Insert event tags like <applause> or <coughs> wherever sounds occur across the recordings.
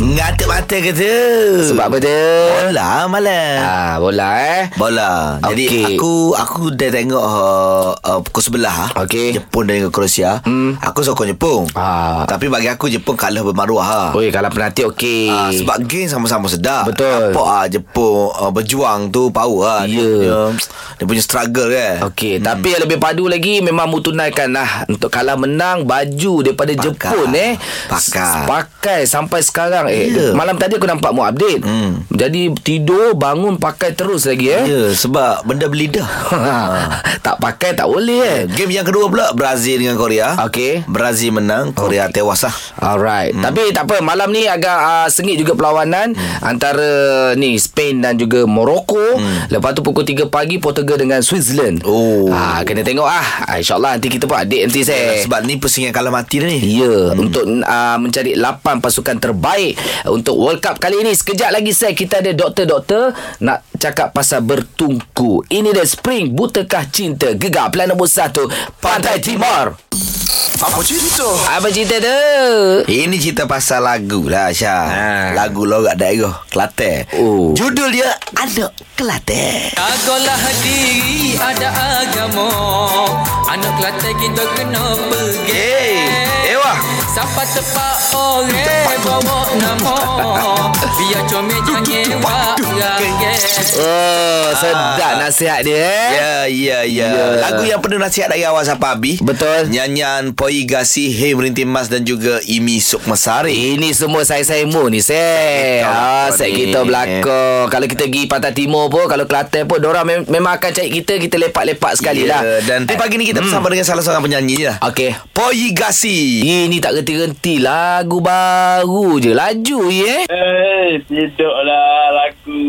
Ngatuk mata ke tu Sebab apa dia? Bola malam Ah, bola eh. Bola Jadi Okey. aku Aku dah tengok uh, uh, Pukul sebelah ha. Okey. Jepun dan dengan Kroasia hmm. Aku sokong Jepun Ah. Tapi bagi aku Jepun kalah bermaruah ha. Oi, kalau penati okey. Ah, sebab geng sama-sama sedap Betul. Nampak ah, Jepun ah, berjuang tu Power ah. Dia, Ya. dia, dia punya struggle kan Okey, hmm. tapi yang lebih padu lagi memang mutunaikan lah untuk kalah menang baju daripada Pakai. Jepun eh. Pakai. S- Pakai sampai sekarang eh. Ya. Malam tadi aku nampak mu update. Hmm. Jadi tidur bangun pakai terus lagi eh. Ya sebab benda berlidah <laughs> tak pakai tak boleh eh. Game yang kedua pula Brazil dengan Korea Okey. Brazil menang Korea tewas lah Alright. Hmm. Tapi tak apa, malam ni agak uh, sengit juga perlawanan hmm. antara ni Spain dan juga Morocco. Hmm. Lepas tu pukul 3 pagi Portugal dengan Switzerland. Oh. Ah kena tengok ah. ah InsyaAllah nanti kita buat update nanti saya. Sebab ni pusingan kalah mati dah ni Ya, hmm. untuk uh, mencari 8 pasukan terbaik untuk World Cup kali ini. Sekejap lagi saya kita ada doktor-doktor nak cakap pasal bertungku. Ini dia Spring Butakah Cinta Gegar Pelan nombor 1 Pantai Timur. Apa cerita Apa cerita tu? Ini cerita pasal lagu lah Syah ha. Ha. Lagu lorak daerah Kelantan Oh. Judul dia Anak Kelantan Jagolah diri ada agama Anak Kelantan kita kena pergi Hey, Eh, eh. Ewa Siapa tepat orang bawa nama Biar comel jangan buat rakyat Oh, sedap nasihat dia eh. Ya, ya, ya Ya. Lagu yang penuh nasihat dari awal sampai habis Betul. Nyanyian Poi Gasih Hei Merintih Mas Dan juga Imi Sukma Sari Ini semua saya-saya mu ni, Seh. Ah, ni. set kita belakang. Kalau kita pergi Pantai Timur pun, kalau Kelantan pun, diorang mem- memang akan cari kita, kita lepak-lepak sekali lah. Dan eh, pagi ni kita Hmm. bersama dengan salah seorang penyanyi ni lah Okey. Poi Gasih Ini tak renti-renti Lagu baru je Laju ye eh? Eh, tidaklah lagu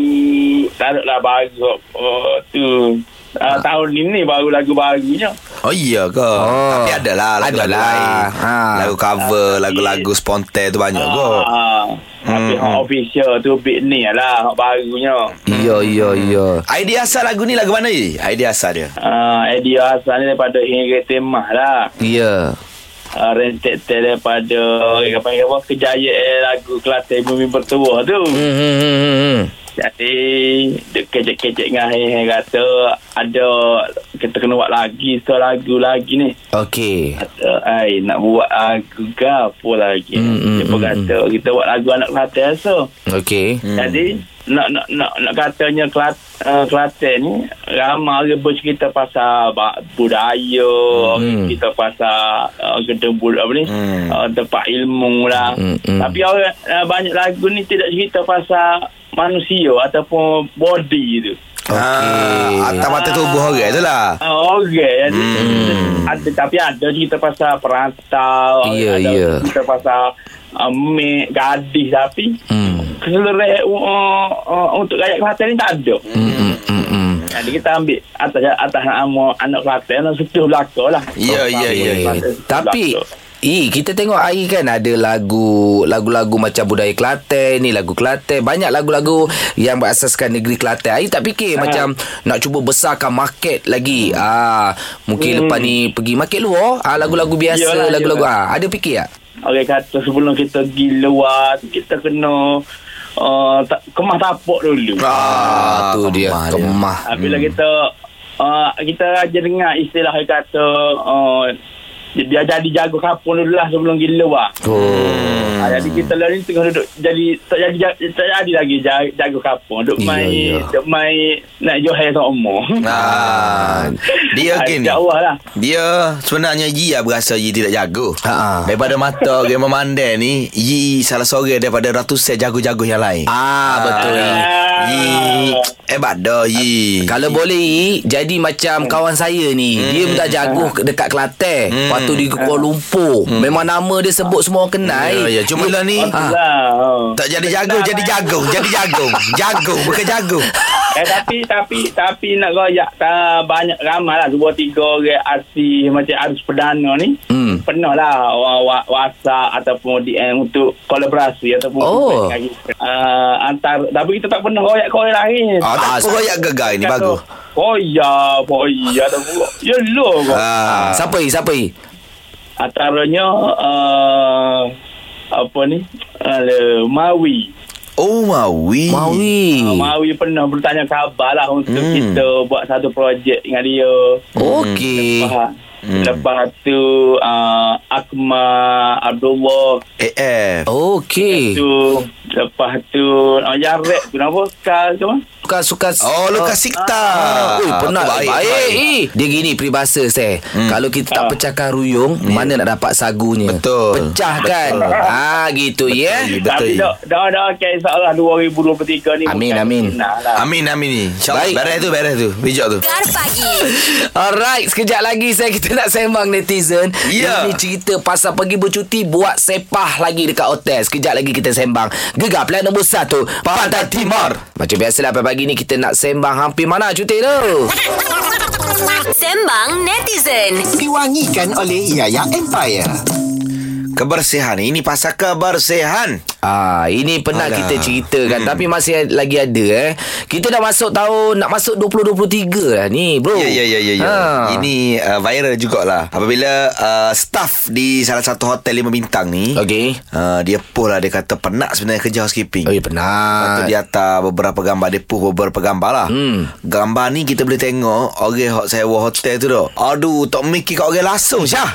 Taruklah baru oh, tu. Uh, tahun ini baru lagu barunya. Oh iya ke Oh. Tapi ada lah Lagu-lagu Adalah. lain Ha. Lagu cover Tapi- Lagu-lagu spontan tu banyak kot Ah, tapi Hmm, hmm. official tu big ni lah hak barunya. Ya ya ya Idea asal lagu ni lagu mana ni? Idea asal dia. Uh, Eddie Hassan ni daripada Hingga Temah lah. Ya Uh, rentet daripada apa apa kejayaan eh, lagu Kelantan Bumi Bertuah tu. Hmm, hmm, hmm, hmm, hmm. Jadi dia kecek-kecek dengan Hingga kata ada kita kena buat lagi satu lagu lagi ni. Okey kata Eh, ai nak buat lagu ke apa lagi Hmm, hmm, mm, dia pun hmm, kata kita buat lagu anak Kelantan so Okey mm. jadi nak nak nak nak katanya Kelat, uh, Kelantan ni ramai orang bercerita pasal ba- budaya Hmm. mm. kita pasal uh, gedung bud apa ni Hmm. mm. uh, tempat ilmu lah Hmm, hmm. mm, tapi orang uh, banyak lagu ni tidak cerita pasal manusia ataupun body tu Okay. Ha, atas mata tubuh orang tu lah. Ah, Okey. Hmm. Ada, tapi ada cerita pasal perantau. Ya, ada ya. cerita pasal uh, mek, gadis tapi Hmm. keseluruhan uh, uh, untuk rakyat Kelantan ni tak ada. Hmm, hmm, hmm, hmm. Jadi kita ambil atas atas nama anak Kelantan dan setuh belakang lah. Ya, ya, ya. Eh, ya. Tapi Eh, kita tengok AI kan ada lagu lagu-lagu macam budaya Kelantan ni lagu Kelantan banyak lagu-lagu yang berasaskan negeri Kelantan. AI tak fikir macam nak cuba besarkan market lagi. Ah, mungkin lepas ni pergi market luar, ah lagu-lagu biasa, Hmm. Yalah, lagu-lagu ah. Ada fikir tak? Orang kata sebelum kita pergi luar tu, kita kena uh, ta- kemas tapak dulu. Ah, tu dia kemah dia. kemah. Ah, bila kita uh, kita aja dengar istilah yang kata uh, dia dia jadi jago kapun dulu lah sebelum gila wah. Oh. Hmm. jadi kita lah ni tengah duduk jadi tak jadi tak jadi lagi jago, jago kapun duduk Iya, main iya. duduk main nak johai sama Ha, dia gini. Ah. Sejak awal lah. Dia sebenarnya Yi lah berasa Yi tidak jago. Ha-ha. Daripada mata orang memandai ni, Yi salah seorang daripada ratusan jago-jago yang lain. Ah, betul. Ah. Yi hebat dah Yi. Kalau boleh Yi, jadi Hmm. macam kawan saya ni. Hmm. Dia minta jago ke- dekat Kelantan. Lepas tu di Kuala Hmm. Lumpur. Memang nama dia sebut semua orang kenal. Ya, Hmm. ya. Cuma lah ni Ah. Lah, oh. tak jadi jago, jadi jagung, jadi jagung. Jagung bukan <laughs> jagung. Eh, tapi tapi tapi nak royak tak banyak ramai lah dua tiga orang artis macam artis perdana ni Hmm. pernah lah wa- wa- WhatsApp ataupun DM untuk kolaborasi ataupun Oh. uh, antar tapi kita tak pernah royak kau orang lain Ah, Ah, tak apa royak gegar ni bagus. Oh ya, oh ya, tak buruk. Ya lo. Ah, Siapa Yi? Siapa Yi? Antaranya uh, apa ni? Uh, Mawi. Oh Maui Mawi. Hmm. Mawi pernah bertanya khabar lah untuk Hmm. hmm. kita buat satu projek dengan dia. Okey. Faham? Hmm. Hmm. Lepas tu uh, Akmal Abdullah AF Okey. tu lepas tu oh, Yarek tu nama Kal tu mah. Suka suka. Oh Lukas Sikta Ah. Ui, penat Baik, baik. eh. Dia gini peribahasa saya. Hmm. Kalau kita Ah. tak pecahkan ruyung, mana nak dapat sagunya? Hmm. Betul. Pecahkan. Betul. Ah gitu ya. Betul. Tapi dah dah dah okay, insyaallah 2023 ni Amin, bukan amin. fitnah lah. Amin amin ni InsyaAllah Baik. Beres tu beres tu Bijak tu Gegar pagi. Alright, sekejap lagi saya kita nak sembang netizen. Ya. Ini cerita pasal pergi bercuti buat sepah lagi dekat hotel. Sekejap lagi kita sembang. Gegar pilihan nombor satu, Pantai Timur. Macam biasalah pagi ni kita nak sembang hampir mana cuti tu. Sembang netizen. Diwangikan oleh Yaya Empire. Kebersihan Ini pasal kebersihan Ah, ini pernah Alah. Alah. kita ceritakan hmm. tapi masih lagi ada eh. Kita dah masuk tahun nak masuk 2023 lah ni, bro. Ya ya ya ya. ya. Ha. Ini Ini uh, viral jugalah Apabila uh, staff di salah satu hotel lima bintang ni Okey. Oh, ya, uh, Dia poll lah Dia kata penat sebenarnya kerja housekeeping Oi, Lepas tu penat. dia hantar beberapa gambar Dia push beberapa gambar lah hmm. Gambar ni kita boleh tengok Orang hot sewa hotel tu tu Aduh tak mikir kat orang langsung Syah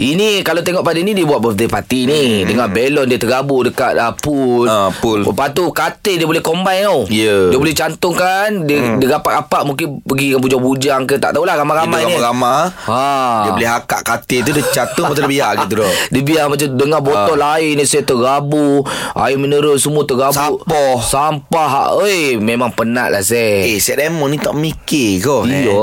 Ini kalau tengok pada ni dia buat birthday party ni hmm. dengan belon dia terabur dekat uh, pool. Oh, Ah, pool. Lepas tu katil dia boleh combine tau. Ya. Dia boleh cantumkan, dia, hmm. dia rapat-rapat mungkin pergi dengan bujang-bujang ke tak tahulah ramai-ramai ni. ramah Ha. Dia boleh hakak katil tu Dia catur Lepas tu dia biar gitu tu Dia biar macam dengar botol Ah. uh. air ni saya terabur. Air mineral semua terabur. Sampah. Sampah. Ha, Oi, memang penat lah saya. Eh. Eh, set demo ni tak mikir kau eh. Iya.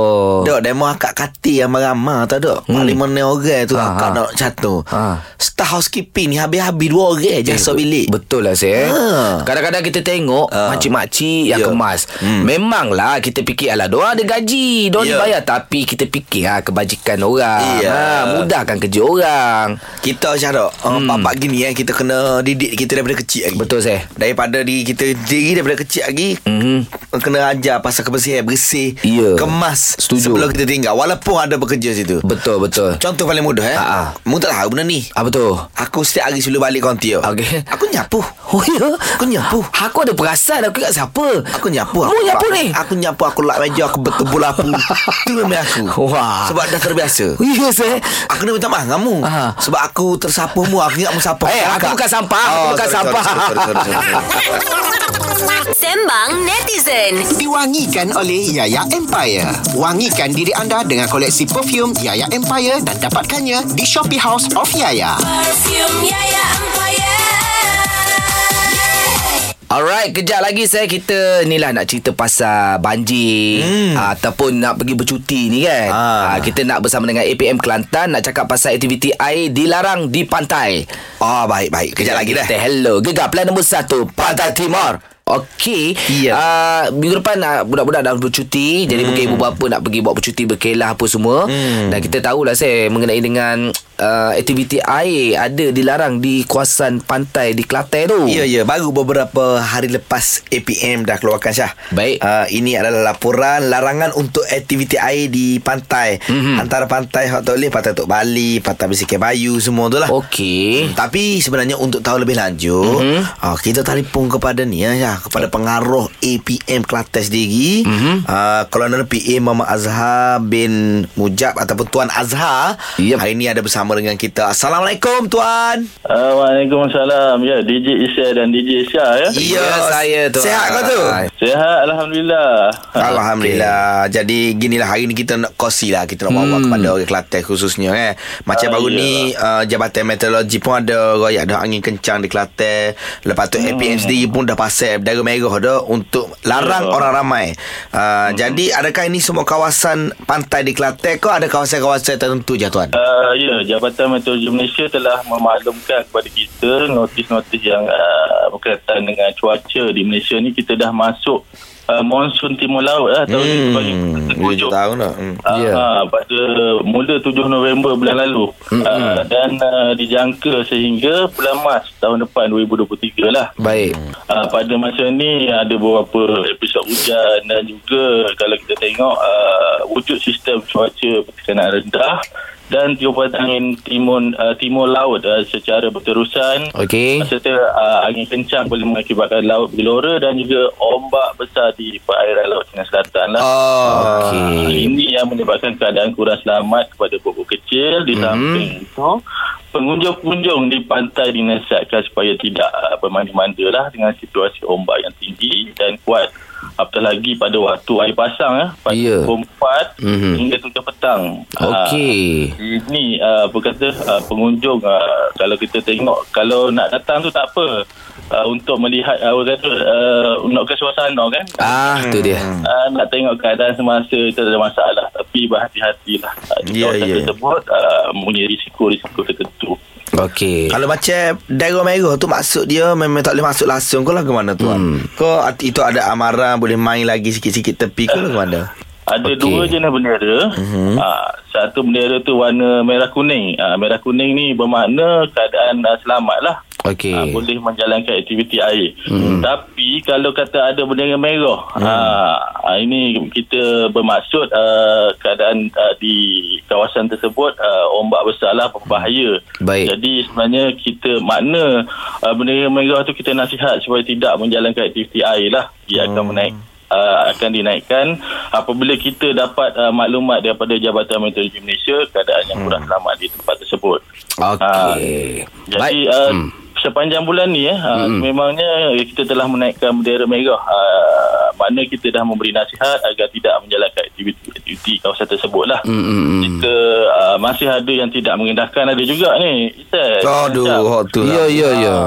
Dok, demo akak kati yang ramah tak dok. Hmm. Paling mana orang tu ha, akak ha. nak catur. Ha. Staff housekeeping ni habis-habis dua orang je masuk bilik. Betul lah saya Ha. Kadang-kadang kita tengok Ha. Makcik-makcik yang Ya. kemas Hmm. Memanglah kita fikir Alah diorang ada gaji Diorang Ya. dibayar Tapi kita fikir ha, Kebajikan orang Ya. ha, Mudahkan kerja orang Kita syarat hmm. Papak gini eh Kita kena didik kita daripada kecil lagi Betul Hmm. saya Daripada diri kita diri daripada kecil lagi mm-hmm. Kena ajar pasal kebersihan Bersih Ya. Kemas Setuju. Sebelum kita tinggal Walaupun ada bekerja situ Betul-betul Contoh paling mudah eh Ha, ha. Mu tak tahu benda ni Apa tu? Aku setiap hari selalu balik konti tau. Okey. Aku nyapu Oh ya? Aku nyapu Aku ada perasan Aku ingat siapa Aku nyapu Mu nyapu lap- ni? Aku nyapu Aku lap meja Aku bertebul <laughs> lapu Itu memang aku Wah. Sebab dah terbiasa Ya saya Aku nak minta maaf dengan mu Aha. Sebab aku tersapu mu Aku ingat mu sapu Ah. Eh, aku bukan sampah, aku bukan sorry, sampah. sorry, sorry, sorry, sorry, sorry. Sembang netizen. Diwangikan oleh Yaya Empire. Wangikan diri anda dengan koleksi perfume Yaya Empire dan dapatkannya di Shopee House of Yaya. Alright, kejap lagi saya kita ni lah nak cerita pasal banjir hmm. ataupun nak pergi bercuti ni kan. Ah. Ah. kita nak bersama dengan APM Kelantan nak cakap pasal aktiviti air dilarang di pantai. Oh baik baik Kejap lagi dah Kita hello. Gegar plan nombor satu, Pantai Timur. Okey. Ya. Uh, minggu depan uh, budak-budak dah bercuti. Jadi mungkin ibu bapa nak pergi buat bercuti berkelah apa semua. Hmm. Dan kita tahulah saya mengenai dengan uh, aktiviti air ada dilarang di kawasan pantai di Kelantan tu. Ya ya baru beberapa hari lepas APM dah keluarkan Syah. Baik. Uh, ini adalah laporan larangan untuk aktiviti air di pantai. Mhm. Mm-hmm. Antara pantai Hot Tok Leh, pantai Tok Bali, pantai Bisikai Bayu semua tu lah. Okey. Tapi sebenarnya untuk tahu lebih lanjut mm-hmm. Mhm. uh, Kita telefon kepada ni ya, Syah, Kepada pengaruh APM Kelantan sendiri Mhm. mm-hmm. uh, Kolonel PA Muhammad Azhar bin Mujab Ataupun Tuan Azhar Yep. Hari ini ada bersama dengan kita Assalamualaikum Tuan Uh, Waalaikumsalam. Ya, DJ Isya dan DJ Isya ya. Ya, saya, Tuan. Sehat kau tu? Sehat alhamdulillah. Alhamdulillah Jadi ginilah hari ni kita nak kongsi lah Kita nak bawa hmm. kepada orang Kelantan khususnya eh. Macam Ah, baru iyalah. ni uh, Jabatan Meteorologi pun ada Royak dah angin kencang di Kelantan Lepas tu hmm. APM sendiri pun dah pasal Daerah merah dah Untuk larang Ya. orang ramai uh, hmm. Jadi adakah ini semua kawasan pantai di Kelantan Kau ada kawasan-kawasan tertentu je Tuan? Uh, ya, Jabatan Meteorologi Malaysia telah memaklumkan kepada kita notis-notis yang uh, berkaitan dengan cuaca di Malaysia ni kita dah masuk uh, monsun timur laut lah tahun ni sebagai Hmm, Bila penghujung. tahu nak hmm. Ya. Ah, pada mula 7 November bulan lalu uh, dan uh, dijangka sehingga bulan Mas tahun depan 2023 lah. Baik. Uh, pada masa ni ada beberapa episod hujan ah, dan juga kalau kita tengok uh, wujud sistem cuaca bertekanan rendah dan tiupan angin timun uh, timur laut uh, secara berterusan Okey. serta uh, angin kencang boleh mengakibatkan laut gelora dan juga ombak besar di perairan laut Cina Selatan lah. Oh. Ah, Okey. Ini yang menyebabkan keadaan kurang selamat kepada pokok kecil di Mhm. samping itu pengunjung-pengunjung di pantai dinasihatkan supaya tidak ah, bermanda-manda lah dengan situasi ombak yang tinggi dan kuat apatah lagi pada waktu air pasang ya, pada Ya. pukul 4 Mhm. hingga 3 petang. Ah, Okey. ini uh, apa kata uh, pengunjung uh, kalau kita tengok kalau nak datang tu tak apa uh, untuk melihat uh, orang kata uh, nak ke suasana kan Ah, tu dia. uh, nak tengok keadaan semasa itu tak ada masalah tapi berhati-hatilah uh, di Ya, yeah, kawasan ya. yeah. tersebut uh, mempunyai risiko-risiko tertentu Okey. Kalau macam daerah merah tu maksud dia memang tak boleh masuk langsung ke lah ke mana tuan? Hmm. Kau at- itu ada amaran boleh main lagi sikit-sikit tepi ke lah ke mana? ada Okey. okay. dua jenis bendera Mhm. uh-huh. uh, satu bendera tu warna merah kuning uh, merah kuning ni bermakna keadaan uh, selamat lah Okey. Ah, boleh menjalankan aktiviti air. Hmm. Tapi kalau kata ada bendera merah, hmm. ah, ini kita bermaksud ah, keadaan ah, di kawasan tersebut ah, ombak besarlah berbahaya. Baik. Jadi sebenarnya kita makna ah, bendera merah tu kita nasihat supaya tidak menjalankan aktiviti air lah. Ia akan menaik Uh, akan dinaikkan apabila kita dapat uh, maklumat daripada Jabatan Meteorologi Malaysia keadaan yang kurang selamat di tempat tersebut. Okey. Ah, Jadi uh, hmm. sepanjang bulan ni eh, uh, hmm. memangnya kita telah menaikkan bendera merah. Uh, makna kita dah memberi nasihat agar tidak menjalankan aktiviti-aktiviti kawasan tersebut lah. Hmm. Jika uh, masih ada yang tidak mengendahkan ada juga ni. Ustaz. Aduh, Sekejap. hot tu Eh, Ya, lah. ya, ya.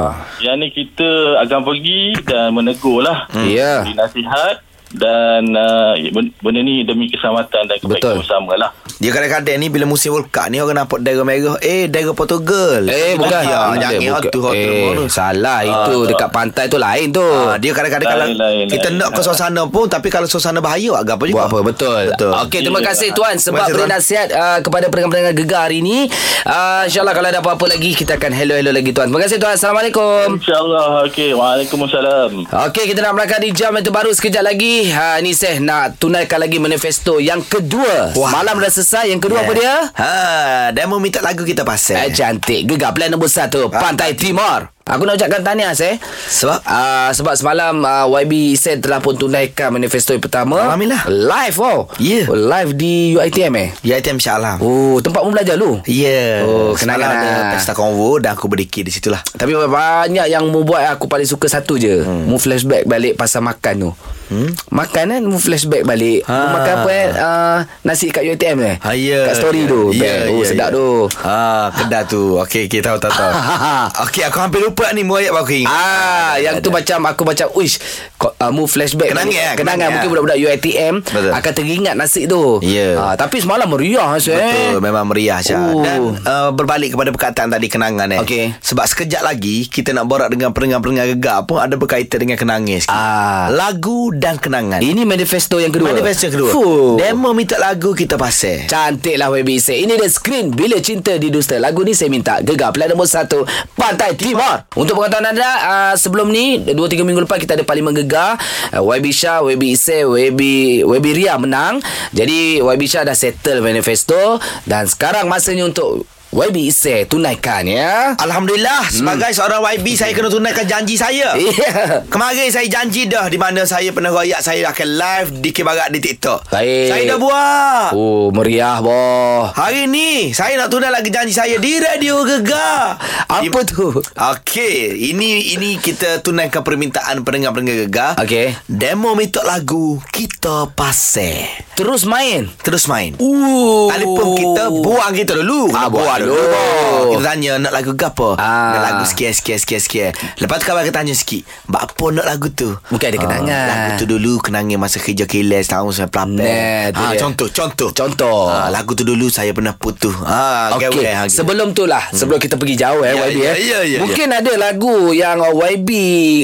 Yang ni kita akan pergi dan menegur lah. Ya. Beri nasihat dan uh, ben- benda ni demi keselamatan dan Betul. kebaikan bersama lah. Dia kadang-kadang ni bila musim World Cup ni orang nampak daerah merah. Eh, daerah Portugal. Eh bukan Ya, jangan hot bukan. tu hot tu. Eh, Salah itu Dekat pantai tu lain tu Ah, dia kadang-kadang kalau Lain, lain, kita lain. nak ke suasana pun tapi kalau suasana bahaya agak apa juga. Buat apa betul. Betul. Okey terima Ya. kasih tuan sebab Terima kasih, beri tuan. nasihat uh, kepada pendengar-pendengar gegar hari ini. Uh, InsyaAllah kalau ada apa-apa lagi kita akan hello-hello lagi tuan. Terima kasih tuan. Assalamualaikum. InsyaAllah. Okey. Waalaikumsalam. Okey kita nak melangkah di jam itu baru sekejap lagi. Ha ni Seh nak tunaikan lagi manifesto yang kedua. Wah. Malam dah selesai yang kedua apa dia? Ha, dan mau minta lagu kita pasal. Eh, cantik Gegar plan nombor satu Ah. Pantai Timur Aku nak ucapkan tahniah saya Sebab? uh, Sebab semalam uh, YB Isen telah pun tunaikan manifesto yang pertama Alhamdulillah. Live oh Ya. oh, Live di UITM eh Ya, itu insya Allah. Oh tempat pun belajar lu Ya. Oh, Semalam kenangan ada lah. pesta konvo dan aku berdikir di situ lah. Tapi banyak yang membuat aku paling suka satu je hmm. Mu flashback balik pasal makan tu Hmm? Makan kan Mu flashback balik ha. Mu Ha. makan apa eh uh, Nasi kat UITM eh Ha, ya. Kat story tu Best. Oh sedap tu <laughs> Ah, kedai tu. Okey, okey tahu tahu tahu. okey, aku hampir lupa ni muayat aku ingat. Ah, yang tu macam aku macam uish kau- uh, mu flashback Kenangan, eh? kenangan, kenangan. ya. mungkin budak-budak UiTM Betul. akan teringat nasi tu. Ya. Ah, tapi semalam meriah eh, Betul. Betul Memang meriah Syah Ah, Oh. Dan uh, berbalik kepada perkataan tadi Kenangan eh Okey. Sebab sekejap lagi Kita nak borak dengan pendengar-pendengar gegar pun Ada berkaitan dengan kenangis Ah. Lagu dan kenangan Ini manifesto yang kedua. Manifest yang kedua Fuh. Demo minta lagu kita pasal Cantiklah WB Isik lah, Ini dia screen Bila Cinta Didusta Lagu ni saya minta Gegar pelan nombor 1 Pantai Timur Untuk pengetahuan anda uh, Sebelum ni 2-3 minggu lepas Kita ada parlimen gegar uh, YB Shah YB Isik YB, YB Ria menang Jadi YB Shah dah settle manifesto Dan sekarang masanya untuk YB Isik Tunaikan ya <laughs> Alhamdulillah Hmm. Sebagai seorang YB Saya kena tunaikan janji saya Ya. Kemarin saya janji dah Di mana saya pernah royak Saya akan live di Kibarat di TikTok Baik. Saya dah buat Oh meriah boh Hari ni Saya nak tunai lagi janji saya Di Radio Gegar Apa Di- tu? Okey, ini ini kita tunaikan permintaan pendengar-pendengar gegar. Okey. Demo minta lagu kita pasal. Terus main Terus main. Ooh. Telefon kita buang kita dulu. Ah, Kita buang dulu. Kita tanya nak lagu ke apa? Ah. Nak lagu sekian sekian sekian sekian. Lepas tu kawan kita tanya sikit. Bak apa nak lagu tu? Mungkin ada Ah, kenangan. Lagu tu dulu kenangan masa kerja kilas tahun 98. Nah, tu Ah, dia. contoh contoh. Contoh. Ah, lagu tu dulu saya pernah putus. Ah Okey, okay. ah, sebelum tu lah Sebelum kita pergi jauh eh Ya, YB ya, eh ya, ya, Mungkin ada lagu yang uh, YB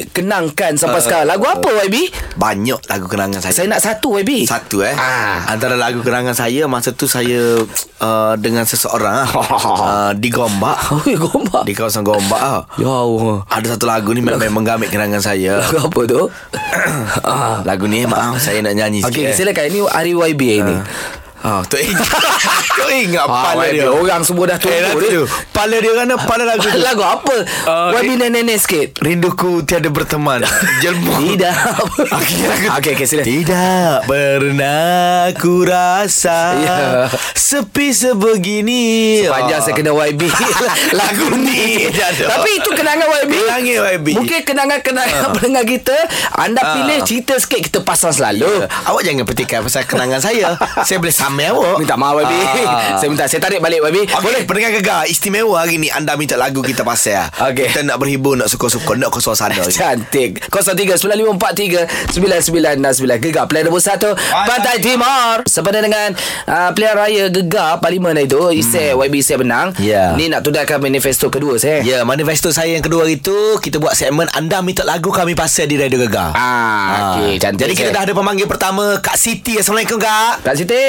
kenangkan Ah, sampai uh, sekarang Lagu apa YB? banyak lagu kenangan saya. Saya nak satu YB Satu eh Ah. Antara lagu kenangan saya Masa tu saya uh, Dengan <laughs> seseorang ah, uh, Di Gombak Oi gombak Di kawasan Gombak ah. Ya Allah Ada satu lagu ni Memang menggamit kenangan saya <laughs> Lagu apa tu? <coughs> Ah, Lagu ni maaf Saya nak nyanyi Okey sikit eh. silakan Ini hari YB uh. ini Ah, tu ingat. <laughs> tu Oh, ingat Ah, pala YB, dia. Orang semua dah Eh, tunggu nanti dia. tu. Pala dia kan pala lagu tu. <coughs> Lagu apa? Ah, eh. YB nenek-nenek sikit. Rinduku tiada berteman <laughs> Jelmu Tidak. <coughs> Okey, lagu- Okey, okey, sila. Tidak pernah ku rasa Ya. Sepi sebegini Panjang Ah. saya kena <laughs> YB Lagu ni Dah tu. Tapi itu kenangan YB Kenangan YB. Mungkin kenangan-kenangan pendengar kita Anda Ah. Ya. pilih cerita sikit Kita pasang selalu Awak jangan petikai pasal kenangan saya <laughs> Saya boleh samai awak Minta maaf YB Ah. Saya minta Saya tarik balik YB Okay, Boleh pendengar gegar Istimewa hari ni Anda minta lagu kita pasal ah. Okey. Kita nak berhibur Nak suka-suka Nak ke <laughs> suasana Cantik 03-9543-9969 Gegar Player nombor 1 Ah, Pantai Timur Sebenarnya dengan uh, Pilihan Raya Gegar Parlimen itu Isai YB Isai menang Hmm. Ya. Ni nak tudaikan manifesto kedua saya Ya, manifesto saya yang kedua hari tu Kita buat segmen Anda minta lagu kami pasal di Radio Gegar Ah, okay, cantik Jadi kita saya. dah ada pemanggil pertama Kak Siti Assalamualaikum Kak Kak Siti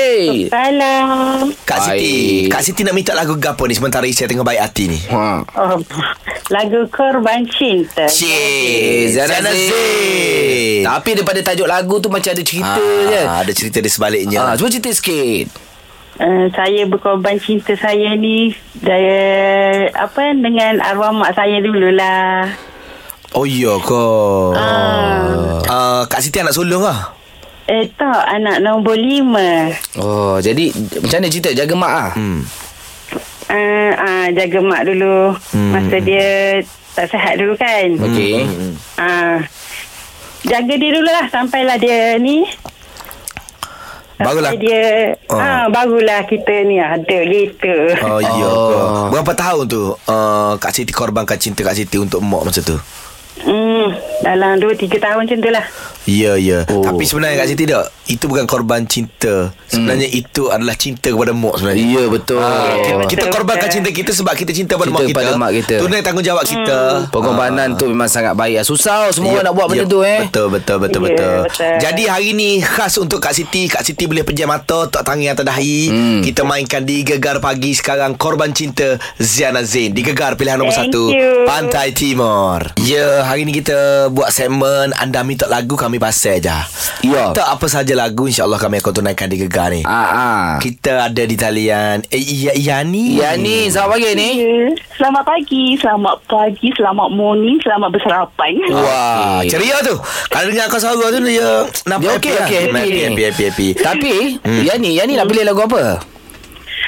Salam. Kak Baik. Siti Kak Siti nak minta lagu gapo ni Sementara Isya tengah baik hati ni Ha. Oh, lagu Korban Cinta. Cik Zainal Zain Tapi daripada tajuk lagu tu Macam ada cerita Ah, ya. je Ada cerita di sebaliknya Ah, cuba cerita sikit Uh, saya berkorban cinta saya ni saya apa dengan arwah mak saya dululah. Oh iya ke ah. uh, Kak Siti anak sulung lah Eh tak anak nombor lima. Oh jadi Macam mana cerita Jaga mak ah. Hmm. Uh, uh, jaga mak dulu hmm. masa dia tak sihat dulu kan. Okey Hmm, Uh, jaga dia dululah sampailah dia ni Barulah sampai dia Oh. lah. ah barulah kita ni ada gitu. Oh iya Oh. ke Berapa tahun tu uh, Kak Siti korbankan cinta Kak Siti Untuk mak masa tu Hmm, dalam 2 3 tahun macam tu lah. Ya ya Oh. oh. Tapi sebenarnya Kak Siti tak Itu bukan korban cinta Sebenarnya hmm. itu adalah cinta kepada mak sebenarnya Ya betul Kita, betul, kita korbankan betul. cinta kita sebab kita cinta pada Cinta mak kita. pada mak kita. Hmm. Tunai tanggungjawab kita. Pengorbanan tu memang sangat baik ah. Susah Ah. Ya, semua orang nak buat benda ya, tu eh Betul betul betul Ya, betul. betul. Jadi hari ni khas untuk Kak Siti. Kak Siti boleh pejam mata, tak tangan atas dahi. Hmm. Kita mainkan di Gegar pagi sekarang Korban Cinta Ziana Zain di Gegar pilihan nombor Thank satu you. Pantai Timur. Ya, hari ni kita buat segmen anda minta lagu kami pasal je. Ya. Minta apa saja lagu insya-Allah kami akan tunaikan di Gegar ni. Ah, ah. Kita ada di talian eh, Ya- Yani. Ya ni Selamat Eh? pagi ni Ya. Selamat pagi, selamat pagi, selamat morning, selamat bersarapan. Wah, Okey. ceria tu. Kalau dengar kau suara tu dia Dia nampak okey okey happy, lah. happy, happy, happy, happy. Tapi hmm. Yani Yani nak pilih lagu Ah. apa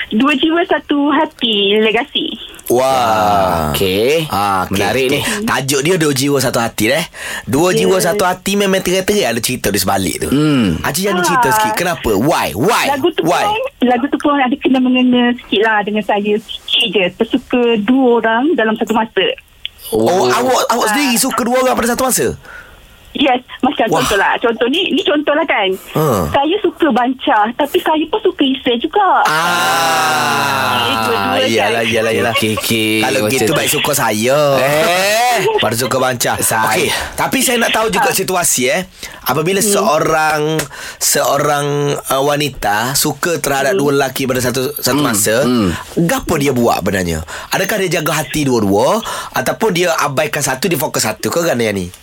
Dua jiwa satu hati, legasi. Wah. Okey ah, okey, Menarik okey. ni Tajuk dia dua jiwa satu hati eh. Dua jiwa satu hati memang terik-terik ada cerita di sebalik tu. Hmm. Haji jangan cerita Ah. sikit. Kenapa? Why? Why? Lagu tu Why? pun, lagu tu pun ada kena mengena sikit lah dengan saya. Sikit je, tersuka dua orang dalam satu masa. Oh, awak awak Ah. sendiri suka dua orang pada satu masa? Yes, macam Wah. contoh lah. Contoh ni, ni contoh lah kan. Ha. Saya suka banca, tapi saya pun suka isai juga. Eh, dua-dua Ah. kan? Iyalah, iyalah, iyalah. Okey okey Kalau Macam gitu tu. baik suka saya. Eh. <laughs> Baru suka banca. Saya. Okey, tapi saya nak tahu Ah. juga situasi eh. Apabila Hmm. seorang seorang uh, wanita suka terhadap Hmm. dua lelaki pada satu satu Hmm, masa, gapo dia buat benarnya? Adakah dia jaga hati dua-dua ataupun dia abaikan satu dia fokus satu ke kan ni?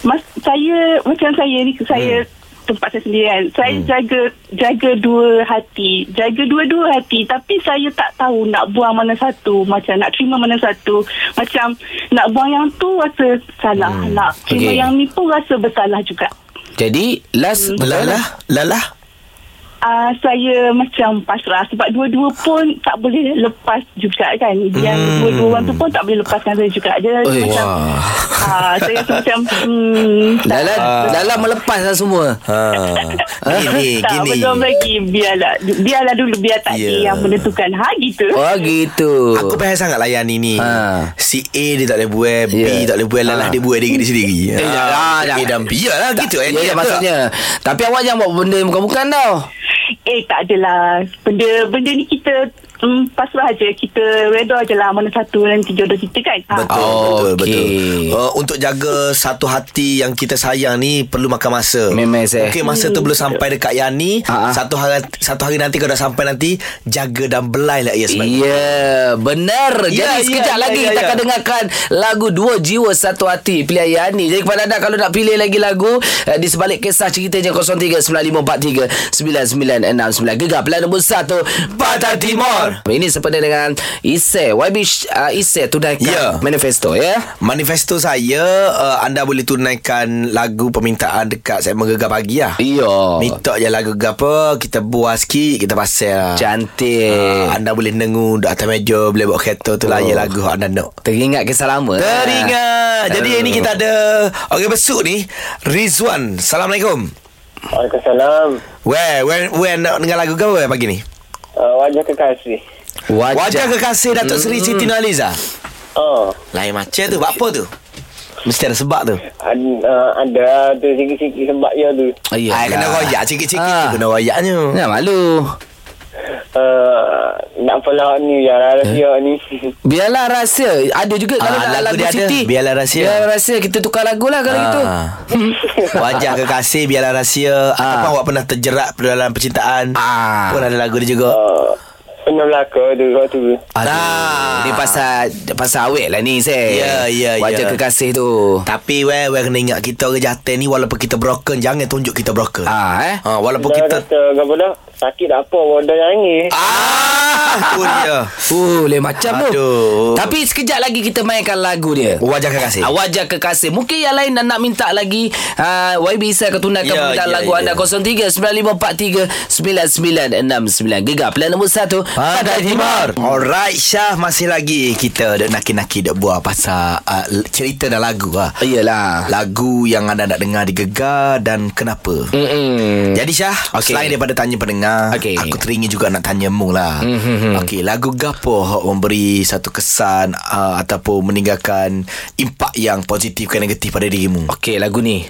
Mas, saya macam saya ni saya Hmm. tempat saya sendiri kan. Saya hmm. jaga jaga dua hati. Jaga dua-dua hati tapi saya tak tahu nak buang mana satu, macam nak terima mana satu. Macam nak buang yang tu rasa salah, hmm. nak terima Okey. okay. yang ni pun rasa bersalah juga. Jadi Last lah. Lalah, lalah. Uh, saya macam pasrah sebab dua-dua pun tak boleh lepas juga kan yang dua-dua orang tu pun tak boleh lepaskan saya juga je Hmm. Oi, macam wah. uh, saya rasa macam hmm, <laughs> tak- Lala, Ah. Lala melepas lah semua Ah. Ha. Gini, tak, gini. belum lagi. Biarlah. Biarlah dulu. Biar tak Ya. yeah. yang menentukan. Ha, gitu. Oh gitu Aku payah sangat layan ini Ha. Si A dia tak boleh buat B Ya. tak boleh buat Lalah Ha. dia buat diri dia sendiri Eh, Ha. jangan. A dan B Yalah gitu eh, Ya, dia ya tak- maksudnya Tapi awak jangan buat benda yang bukan-bukan tau Eh, tak adalah. Benda benda ni kita Hmm, pasrah je kita reda je lah mana satu nanti jodoh kita kan. Ha. Betul, Oh, betul, okey. betul. Uh, untuk jaga satu hati yang kita sayang ni perlu makan masa. Memang, Zeh. Okey, masa tu belum sampai dekat Yani. Ha, ha. Satu hari satu hari nanti kalau dah sampai nanti jaga dan belai lah ia Ya, sebab. yeah, benar. Ya, Jadi ya, sekejap ya, lagi ya, kita ya. akan dengarkan lagu Dua Jiwa Satu Hati pilihan Yani. Jadi kepada anda kalau nak pilih lagi lagu eh, di sebalik kisah ceritanya 0395439969 Gegar pilihan nombor 1 Pantai Timur. Ini sepenuh dengan Ise YB uh, Ise tunaikan Ya. yeah. manifesto ya. Yeah? Manifesto saya uh, anda boleh tunaikan lagu permintaan dekat segmen gegar pagi lah. Iya. Minta je lagu gegar apa, kita buat sikit, kita pasal lah. Cantik. Ah, anda boleh nengu duduk atas meja Boleh bawa kereta tu lah Oh. Ya lagu hak anda nak Teringat kisah lama. eh. Teringat Jadi Aduh. ini kita ada Orang besuk ni Rizwan Assalamualaikum Waalaikumsalam Where Where, where nak dengar lagu kau pagi ni uh, Wajah kekasih Wajah, Wajah kekasih Datuk Seri Siti Nurhaliza Hmm. Oh Lain macam tu Buat apa tu Mesti ada sebab tu an, uh, Ada tu sikit-sikit sebab dia tu Ayolah. Ay, Kena royak sikit-sikit Ya, Ah. tu Kena royaknya <laughs> Ya malu uh, Nak pula ni Yang rahsia ni <laughs> Biarlah rahsia Ada juga Kalau Ah, nak lagu lagu, dia ada. Siti Biarlah rahsia. Biarlah rahsia Kita tukar lagu lah Kalau gitu Ah. Wajah kekasih Biarlah rahsia Ataupun awak pernah terjerat Dalam percintaan Ah. Pun ada lagu dia juga uh, Pernah belaka tu Kau tu Aduh, Ah. Ni pasal Pasal awet lah ni Zek Ya, ya, Wajah ya. kekasih tu Tapi weh weh kena ingat kita orang jantan ni walaupun kita broken jangan tunjuk kita broken. Ah, Ah eh ha, walaupun Dah kita kata Kau pula Sakit tak apa Bodoh nyanyi ah tu dia. Uh, lain macam tu Aduh. Oh. Tapi sekejap lagi kita mainkan lagu dia Wajah kekasih. Ah, Wajah Kekasih Mungkin yang lain nak, nak minta lagi uh, YB Isa akan tunaikan Ya, yeah, permintaan ya, yeah, lagu ya. anda 03-9543-9969 Gegar Pilihan nombor 1 Pantai Timur Alright Syah Masih lagi Kita duk naki-naki Duk buat pasal uh, Cerita dan lagu lah. Iyalah Lagu yang anda nak dengar di Gegar Dan kenapa Mm-mm. Jadi Syah okay. Hmm. Okey. Selain daripada tanya pendengar Okey. Hmm, Aku teringin juga nak tanya mu lah mm-hmm. Okey Lagu Gapo hok Memberi satu kesan uh, Ataupun meninggalkan Impak yang positif ke negatif pada dirimu Okey lagu ni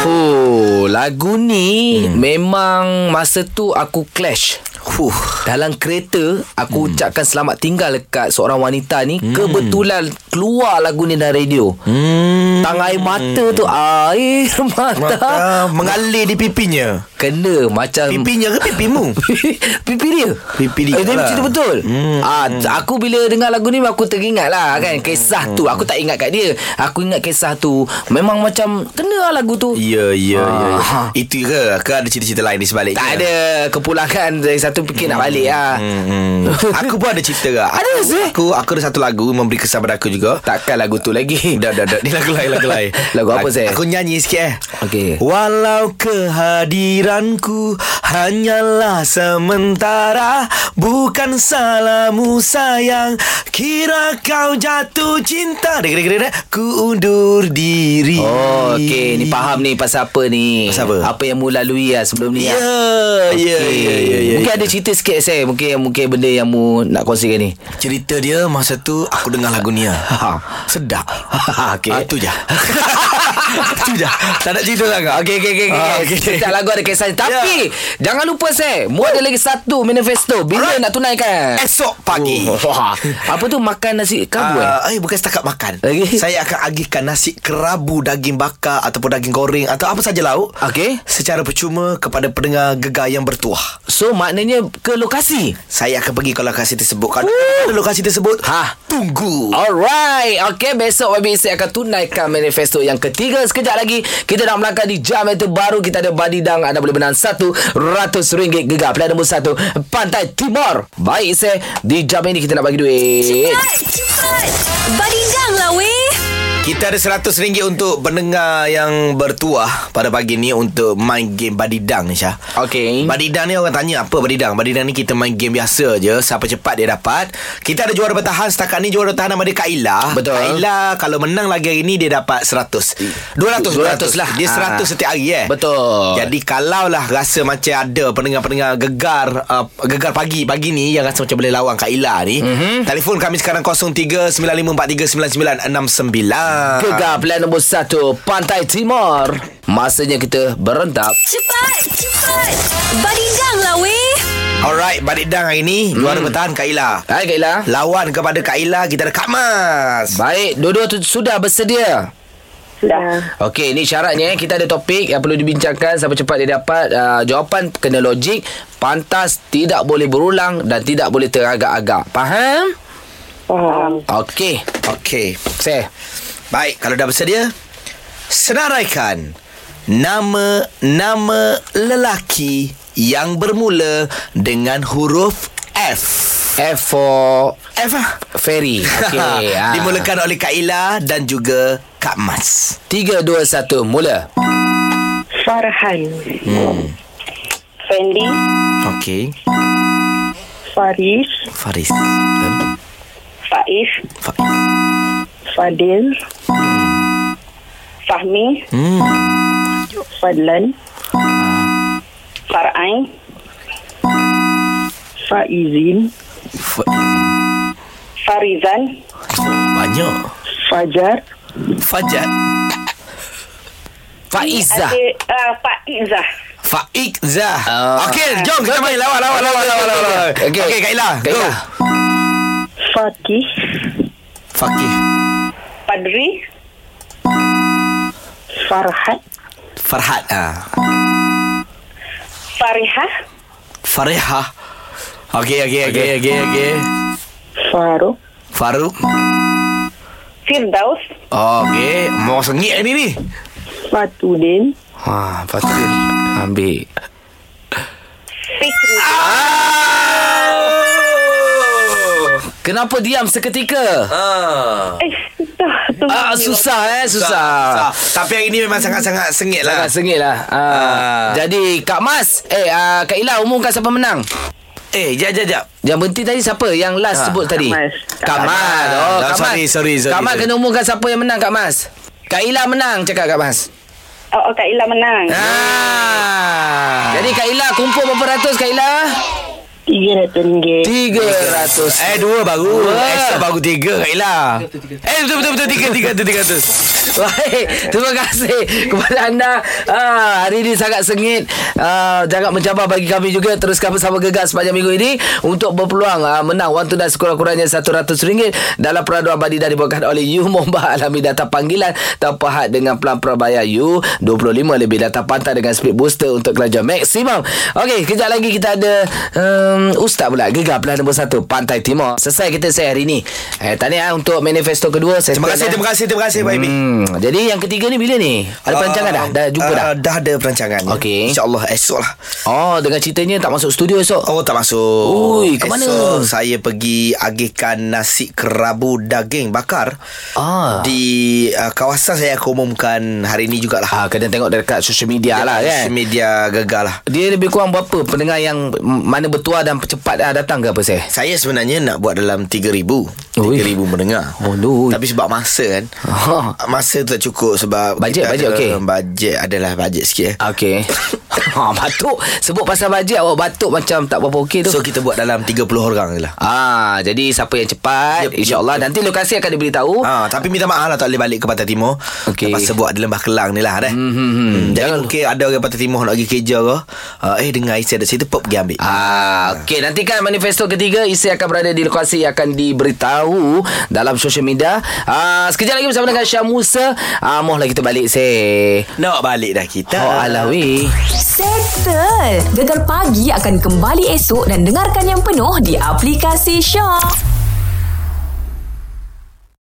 Oh, lagu ni hmm. memang masa tu aku clash. Huh Dalam kereta aku hmm. ucapkan selamat tinggal dekat seorang wanita ni hmm. kebetulan keluar lagu ni dalam radio. Hmm. Tang air mata tu air <laughs> mata, mata. Mata mengalir di pipinya kena macam Pipinya ke pipimu? <laughs> Pipi dia Pipi dia eh, Dia lah. cerita betul hmm. ah, Aku bila dengar lagu ni Aku teringat lah kan Kisah tu Aku tak ingat kat dia Aku ingat kisah tu Memang macam Kena lah lagu tu Ya, ya, ya. ya. Ah. Itu ke? Ke ada cerita-cerita lain di sebaliknya? Tak ada kepulangan dari satu fikir nak balik lah. Ya. Hmm. Aku pun ada cerita ke? Ada, Aku- Zul. Aku aku ada satu lagu memberi kesan pada aku juga. Takkan lagu tu lagi. <laughs> Dah dah dah Ni lagu lain <laughs> lagu lain Lagu apa, Aku- Zek? Aku nyanyi sikit eh Okey. Walau kehadiranku Hanyalah sementara Bukan salahmu sayang Kira kau jatuh cinta Dek dek dek dek Ku undur diri Oh, okey. Ni faham ni pasal apa ni. Pasal apa? Apa yang mu lalui lah sebelum ni. Ya lah. Ya Okey. ya ya ya Mungkin ada cerita sikit saya Mungkin mungkin benda yang mu nak kongsikan ni Cerita dia masa tu aku dengar lagu ni. <laughs> <laughs> Ha. Sedap. Okey. Ah, tu je. tu je. Tak nak cerita lah kau. Okey okey okey. Ya. Okay, Ah, okay. Setiap lagu ada kisah Tapi Jangan lupa saya Mu ada lagi satu manifesto Bila Alright. nak tunaikan Esok pagi. Oh, wah. Apa tu makan nasi kabu eh Ah, eh bukan setakat makan Lagi? Saya akan agihkan nasi kerabu Daging bakar Ataupun daging goreng Atau apa saja lauk Okey. Secara percuma Kepada pendengar gegar yang bertuah So maknanya ke lokasi Saya akan pergi ke lokasi tersebut Kalau ada lokasi tersebut Ha. Tunggu Alright Okay besok YB saya akan tunaikan manifesto yang ketiga Sekejap lagi Kita nak melangkah di jam itu baru Kita ada badidang Anda boleh menang RM100 Gegar Pilihan nombor 1 Pantai Timur Baik saya Di jam ini kita nak bagi duit Cepat, cepat. Badidang lah weh. Kita ada RM100 untuk pendengar yang bertuah Pada pagi ni Untuk main game badidang Syah Okay Badidang ni orang tanya apa badidang Badidang ni kita main game biasa je Siapa cepat dia dapat Kita ada juara bertahan Setakat ni juara bertahan nama dia Kak Ila Betul. Kak Ila kalau menang lagi hari ni Dia dapat 100 200 200 lah. Dia 100 Ah. setiap hari eh Betul. Jadi kalau lah rasa macam ada Pendengar-pendengar gegar uh, Gegar pagi pagi ni Yang rasa macam Mhm. boleh lawan Kak Ila ni mm-hmm. Telefon kami sekarang 03 9543 9969 Gegar. Gegar pilihan nombor satu Pantai Timur Masanya kita berentap Cepat, cepat. Bagi gang lah weh. Alright, balik dang hari ni. Mm. Juara bertahan Kak Ila. Hai Kak Ila Lawan kepada Kak Ila, kita ada Kak Mas. Baik Dua-dua tu sudah bersedia Sudah. Okey, ni syaratnya eh. Kita ada topik yang perlu dibincangkan Siapa cepat dia dapat uh, jawapan kena logik Pantas, tidak boleh berulang Dan tidak boleh teragak-agak Faham? Faham. Okey Okey. Saya Baik, kalau dah bersedia, senaraikan nama-nama lelaki yang bermula dengan huruf F. F for F lah. <laughs> Ferry Okey ah. Dimulakan oleh Kak Ila dan juga Kak Mas. 3, 2, 1 Mula Farhan. Hmm. Fendi. Okey. Faris. Faris. Dan Faiz. Faiz. Fadil. Fahmi. Hmm. Fadlan. Farain. Faizin. Fa- Farizan. banyak. Fajar. Fajar. Faizah Ada uh, Faizah. Faizah. Ah. Okey, jom kita main lawan lawan lawan lawan lawan. Okey. Okey, okay, Kak Ila. Kak Go. Ila. Fakih. Fakih. Padri. Farhat. Farhad. Ah. Farihah. Fareha. Okey, okey, okey, okey, okey. Faruk. Faruk. Firdaus. Oh, okey. Mau sengit ni ni. Fatudin. Ha, patut ambil Fikri. Ah. Ah. Kenapa diam seketika? Ah, Eh, susah. tu. Ah, susah eh, susah. Susah. Tapi hari ni memang sangat-sangat sengit Sangat lah. sengit lah. Ah. Ah. Jadi Kak Mas, eh ah, Kak Ila umumkan siapa menang. Eh, jap, jap, jap. Yang berhenti tadi siapa? Yang last Ah, sebut tadi. Mas. Kak Mas. Oh, Ah, Kak Mas. sorry, sorry, sorry, Kak Mas sorry. kena umumkan siapa yang menang Kak Mas. Kak Ila menang cakap Kak Mas. Oh, oh, Kak Ila menang. Ah. Jadi Kak Ila kumpul berapa ratus Kak Ila? RM300. 300. Eh dua baru Dua. Extra baru tiga Kak Ila Eh betul betul betul Tiga tiga tu tiga tu Baik, terima kasih kepada anda. Ah, hari ini sangat sengit. Ah, jangan mencabar bagi kami juga. Teruskan bersama Gegar sepanjang minggu ini untuk berpeluang ah, menang wang tunai sekurang-kurangnya RM100 dalam peraduan badi dan dibawakan oleh You Momba Alami Data Panggilan tanpa had dengan pelan perabaya You 25 lebih data pantai dengan speed booster untuk kelajuan maksimum. Okey, kejap lagi kita ada um, Ustaz pula Gegar pilihan nombor 1 Pantai Timur. Selesai kita saya hari ini. Eh, tahniah untuk manifesto kedua. Terima kasih terima kasih Terima kasih Pak Ibi Ah, Hmm, jadi yang ketiga ni bila ni? Ada perancangan dah? Dah jumpa dah? Dah ada perancangan Okey. InsyaAllah esok lah Oh, dengan ceritanya tak masuk studio esok. Oh tak masuk Ui, ke mana? Esok saya pergi agihkan nasi kerabu daging bakar Ah. Di uh, kawasan saya akan umumkan hari ini jugalah Ah, kena tengok dekat social media lah kan. Social media gegar lah Dia lebih kurang berapa pendengar yang m- mana bertuah dan cepat ah, datang ke apa saya? Saya sebenarnya nak buat dalam 3,000 Ui. 3,000 mendengar Oh, no. Tapi sebab masa kan Ah. Masa tu tak cukup sebab Bajet, kita bajet, ada- okey. Ah, Bajet adalah bajet sikit eh. Okey. <laughs> ha, batuk. Sebut pasal bajet awak batuk macam tak berapa okey tu. So kita buat dalam 30 orang je lah Ah, jadi siapa yang cepat Yep, insyaallah nanti lokasi akan diberitahu. Ha, tapi minta maaf lah tak boleh balik ke Pantai Timur Oh. Okey. Lepas sebut ada Lembah Kelang ni lah deh. Hmm, hmm, hmm. Hmm, Jadi mungkin ada orang Pantai Timur nak pergi kerja ke uh, Eh dengar isi ada situ Pop pergi ambil Ah, okey nantikan manifesto ketiga isi akan berada di lokasi yang akan diberitahu dalam social media. Ah, sekejap lagi bersama dengan Syah Musa. Ah, mohlah kita balik seh. Nak balik dah kita Oh alawi. Settle. Gegar pagi akan kembali esok dan dengarkan yang penuh di aplikasi Shock.